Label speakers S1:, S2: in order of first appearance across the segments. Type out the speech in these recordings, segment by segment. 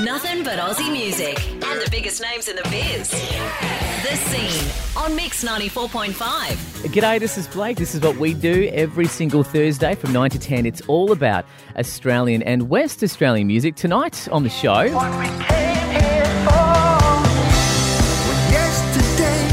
S1: Nothing but Aussie music and the biggest names in the biz. The Scene on Mix 94.5.
S2: G'day, this is Blake. This is what we do every single Thursday from 9 to 10. It's all about Australian and West Australian music. Tonight on the show,
S3: What we came here for was yesterday.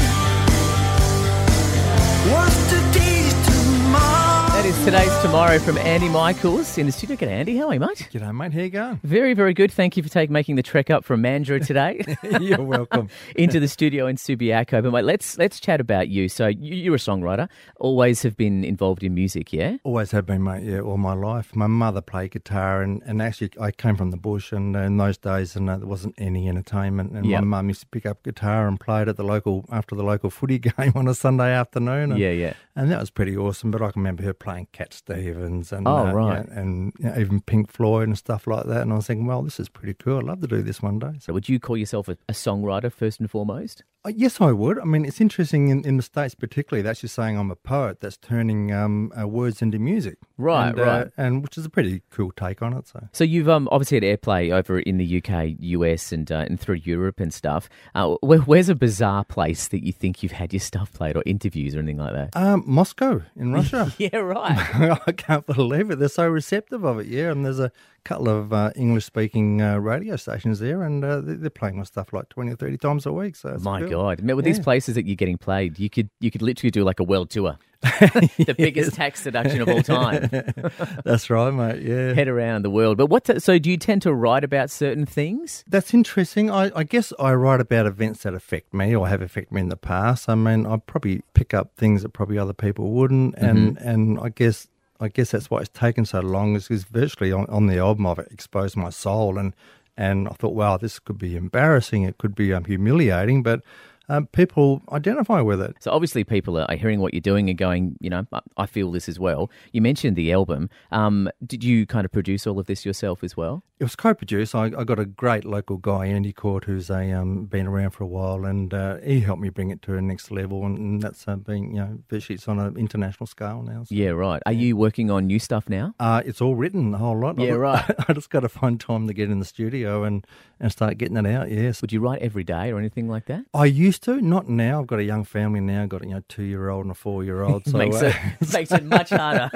S3: Was today's tomorrow.
S2: that is today's Tomorrow from Andy Michaels in the studio. G'day, Andy. How are you, mate?
S4: G'day, mate. How you going?
S2: Very, very good. Thank you for taking making the trek up from Mandurah today
S4: You're welcome.
S2: into the studio in Subiaco. But mate, let's let's chat about you. So you, you're a songwriter. Always have been involved in music, yeah?
S4: Always have been, mate. Yeah, all my life. My mother played guitar, and, and actually, I came from the bush, and in those days, and uh, there wasn't any entertainment. And
S2: Yep.
S4: my mum used to pick up guitar and play it at the local after the local footy game on a Sunday afternoon. And,
S2: Yeah, yeah.
S4: And that was pretty awesome. But I can remember her playing Cat Stevens, and
S2: Oh,
S4: uh, you
S2: right.
S4: know, and you know, even Pink Floyd and stuff like that. And I was thinking, well, this is pretty cool. I'd love to do this one day. So
S2: So would you call yourself a, a songwriter first and foremost?
S4: Uh, Yes, I would. I mean, it's interesting in, in the States, particularly, that's just saying I'm a poet. That's turning um, uh, words into music.
S2: Right,
S4: and, uh,
S2: right.
S4: and which is a pretty cool take on it. So,
S2: So you've um, obviously had airplay over in the UK, US, and uh, and through Europe and stuff. Uh, where, where's a bizarre place that you think you've had your stuff played or interviews or anything like that?
S4: um, Moscow in Russia.
S2: Yeah, right.
S4: I can't believe it. They're so receptive of it. Yeah, and there's a couple of uh, English speaking uh, radio stations there, and uh, they- they're playing my stuff like 20 or 30 times a week. So, it's
S2: My
S4: cool.
S2: God, Man, with these
S4: Yeah.
S2: places that you're getting played, you could you could literally do like a world tour, the biggest tax deduction of all time.
S4: That's right, mate. Yeah.
S2: Head around the world. But what? so do you tend to write about certain things?
S4: That's interesting. I, I guess I write about events that affect me or have affected me in the past. I mean, I probably pick up things that probably other people wouldn't, and and I guess I guess that's why it's taken so long. Is because virtually on, on the album I've exposed my soul, and and I thought, wow, this could be embarrassing. It could be um, humiliating, but um, people identify with it.
S2: So obviously, people are are hearing what you're doing and going, you know, I, I feel this as well. You mentioned the album. Um, did you kind of produce all of this yourself as well?
S4: It was co-produced. I, I got a great local guy, Andy Court, who's a um, been around for a while, and uh, he helped me bring it to a next level. And, and that's uh, being, you know, virtually it's on an international scale now. So.
S2: Yeah, right. Are you working on new stuff now?
S4: Uh, it's all written, the whole lot.
S2: Yeah,
S4: I,
S2: right.
S4: I just got to find time to get in the studio and, and start getting it out. Yes,
S2: Would you write every day or anything like that?
S4: I used to, not now. I've got a young family now. I've got you know two year old and a four year old. So
S2: makes
S4: uh,
S2: it makes it much harder.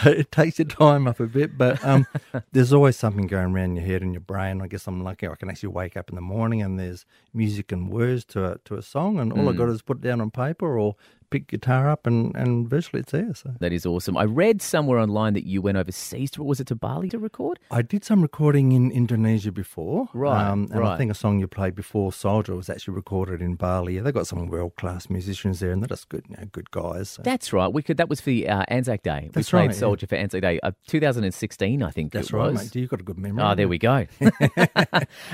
S4: so it takes your time up a bit, but um, there's always something going around in your head and your brain. I guess I'm lucky; I can actually wake up in the morning and there's music and words to a, to a song, and all I
S2: Mm.
S4: got is put it down on paper or pick guitar up, and and virtually it's there. So
S2: That is awesome. I read somewhere online that you went overseas to was it to Bali to record?
S4: I did some recording in Indonesia before, um,
S2: Right,
S4: and
S2: right.
S4: I think a song you played before, "Soldier," was actually recorded in Bali. Yeah, they got some world class musicians there, and they're just good, you know, good guys. So.
S2: That's right. We could. That was for the uh, Anzac Day. we
S4: That's
S2: played
S4: right, yeah.
S2: Soldier for Anzac Day, uh, 2016, I think.
S4: That's
S2: it
S4: right,
S2: was.
S4: mate. You've got a good memory.
S2: Oh, there we go.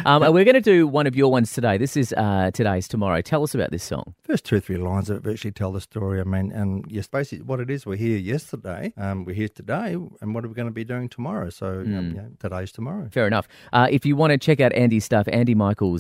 S2: um, and we're going to do one of your ones today. This is uh, today's tomorrow. Tell us about this song.
S4: first two or three lines of it virtually tell the story. I mean, and yes, basically what it is, we're here yesterday, um, we're here today, and what are we going to be doing tomorrow? So you know, you know, today's tomorrow.
S2: Fair enough. Uh, if you want to check out Andy's stuff,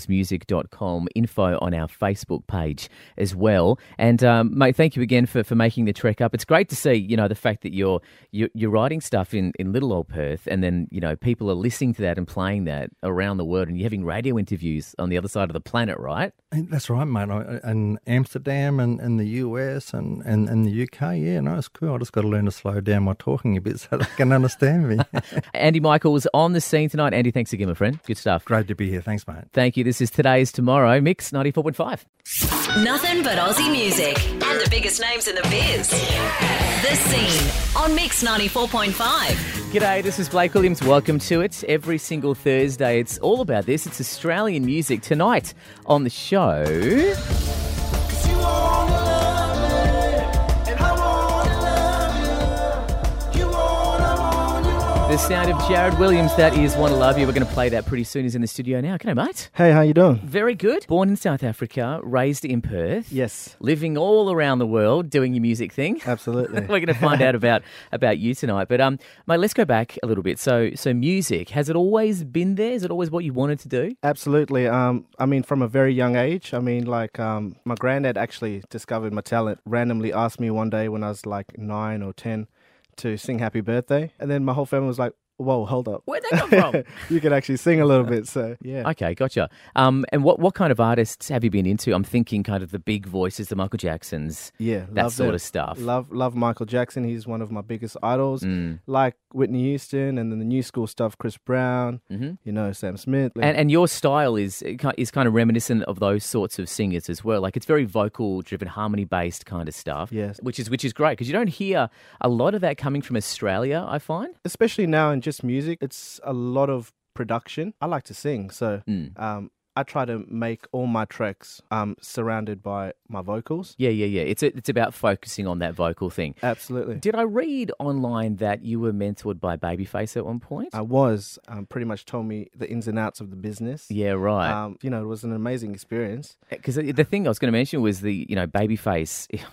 S2: andymichaelsmusic.com, info on our Facebook page as well. And, um, mate, thank you again for, for making the trek up. It's great to see, you know, the fact that you're, you're, you're writing stuff in, in little old Perth and then, you know, people are listening to that and playing that around the world and you're having radio interviews on the other side of the planet, right?
S4: And that's right, mate. I, and Amsterdam and, and the US and, and, and the UK, yeah, no, it's cool. I just got to learn to slow down my talking a bit so they can understand me.
S2: Andy Michaels on the scene tonight. Andy, thanks again, my friend. Good stuff.
S4: Great to be here. Thanks, mate.
S2: Thank you. This is today's Tomorrow Mix 94.5.
S1: Nothing but Aussie music and the biggest names in the biz. The Scene on Mix 94.5.
S2: G'day, this is Blake Williams. Welcome to it. Every single Thursday, it's all about this. It's Australian music. Tonight on the show,
S3: You wanna love me, and I wanna love you. You wanna, want, you want.
S2: the sound of Jared Williams. That is Wanna Love You. We're going to play that pretty soon. He's in the studio now. G'day, mate.
S5: Hey, how you doing?
S2: Very good. Born in South Africa, raised in Perth.
S5: Yes,
S2: Living all around the world, doing your music thing.
S5: absolutely.
S2: We're going to find out about about you tonight, but um, mate, let's go back a little bit. So, so music has it always been there? Is it always what you wanted to do?
S5: absolutely. Um, I mean, from a very young age. I mean, like, um, my granddad actually discovered my talent. Randomly asked me one day when I was like nine or ten to sing "Happy Birthday," and then my whole family was like, Whoa, hold up.
S2: Where'd that come from?
S5: you can actually sing a little bit. So yeah,
S2: Okay, gotcha. Um, and what, what kind of artists have you been into? I'm thinking kind of the big voices, the Michael Jacksons,
S5: yeah,
S2: that
S5: love
S2: sort
S5: them.
S2: of stuff. Mm.
S5: Love love Michael Jackson. He's one of my biggest idols. Like Whitney Houston, and then the new school stuff, Chris Brown. You know, Sam Smith.
S2: Mm-hmm. And, and your style is is kind of reminiscent of those sorts of singers as well. Like it's very vocal driven, harmony based kind of stuff.
S5: Yes.
S2: which is which is great because you don't hear a lot of that coming from Australia. I find.
S5: especially now in just music, it's a lot of production. I like to sing, so
S2: Mm.
S5: um, I try to make all my tracks um, surrounded by my vocals.
S2: Yeah, yeah, yeah. It's it's about focusing on that vocal thing.
S5: Absolutely.
S2: Did I read online that you were mentored by Babyface at one point?
S5: I was um, pretty much told me the ins and outs of the business.
S2: yeah, right.
S5: Um, you know, it was an amazing experience.
S2: Because the thing I was going to mention was the you know Babyface.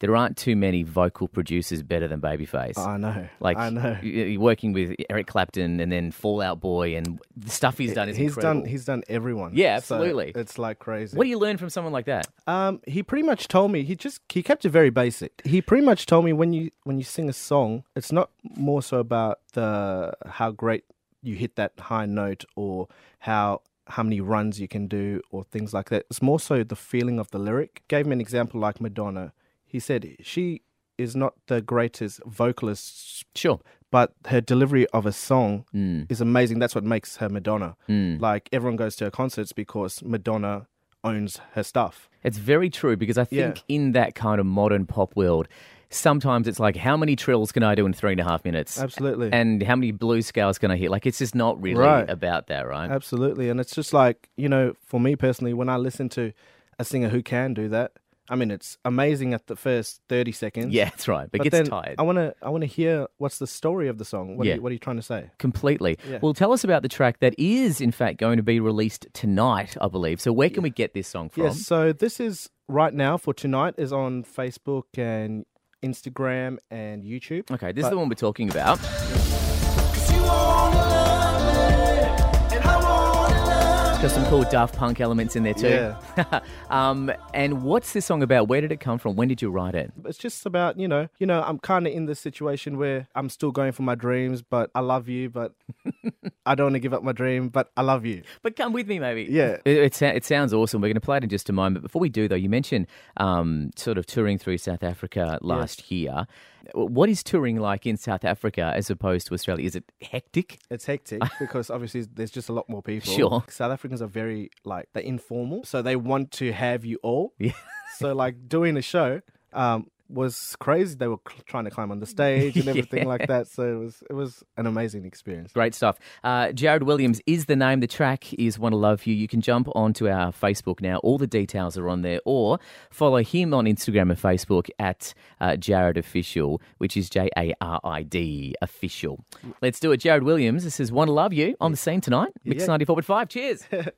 S2: There aren't too many vocal producers better than Babyface.
S5: I know.
S2: like
S5: I know.
S2: y- y- working with Eric Clapton and then Fallout Boy and the stuff he's done is
S5: he's
S2: incredible.
S5: done. He's done everyone.
S2: Yeah,
S5: So
S2: absolutely.
S5: it's like crazy.
S2: what do you learn from someone like that?
S5: Um, he pretty much told me he just he kept it very basic. He pretty much told me when you when you sing a song, it's not more so about the how great you hit that high note or how how many runs you can do or things like that. It's more so the feeling of the lyric. Gave me an example like Madonna. He said she is not the greatest vocalist
S2: Sure.
S5: but her delivery of a song is amazing. That's what makes her Madonna. Like everyone goes to her concerts because Madonna owns her stuff.
S2: It's very true because I
S5: Yeah.
S2: think in that kind of modern pop world, sometimes it's like, how many trills can I do in three and a half minutes?
S5: Absolutely.
S2: And how many blue scales can I hit? Like, it's just not really
S5: Right.
S2: about that, right?
S5: Absolutely. And it's just like, you know, for me personally, when I listen to a singer who can do that, I mean, it's amazing at the first 30 seconds.
S2: yeah, that's right. But,
S5: But
S2: gets
S5: then
S2: tired.
S5: I want to I want to hear what's the story of the song. What,
S2: Yeah.
S5: are, you, what are you trying to say?
S2: Completely. Well, tell us about the track that is, in fact, going to be released tonight, I believe. So, where can we get this song from?
S5: Yes. So this is right now for tonight is on Facebook and Instagram and YouTube.
S2: Okay, this is the one we're talking about. Got some cool Daft Punk elements in there too. Yeah. um, and what's this song about? Where did it come from? When did you write it?
S5: it's just about you know you know i'm kind of in this situation where i'm still going for my dreams but i love you but i don't want to give up my dream but i love you
S2: But come with me, maybe.
S5: Yeah.
S2: It, it, sou- it sounds awesome. We're going to play it in just a moment. Before we do, though, you mentioned um, sort of touring through South Africa last year. W- What is touring like in South Africa as opposed to Australia? Is it hectic?
S5: it's hectic because obviously there's just a lot more people
S2: Sure.
S5: south africans are very like they're informal so they want to have you all yeah so like doing a show um was crazy they were cl- trying to climb on the stage and everything like that so it was it was an amazing experience
S2: Great stuff. Uh, Jared Williams is the name. The track is Want to Love You. You can jump onto our Facebook now. All the details are on there, or follow him on Instagram and Facebook at uh, Jared Official, which is J A R I D Official. Let's do it. Jared Williams, this is Want to Love You on the scene tonight. Mix 94.5. Cheers.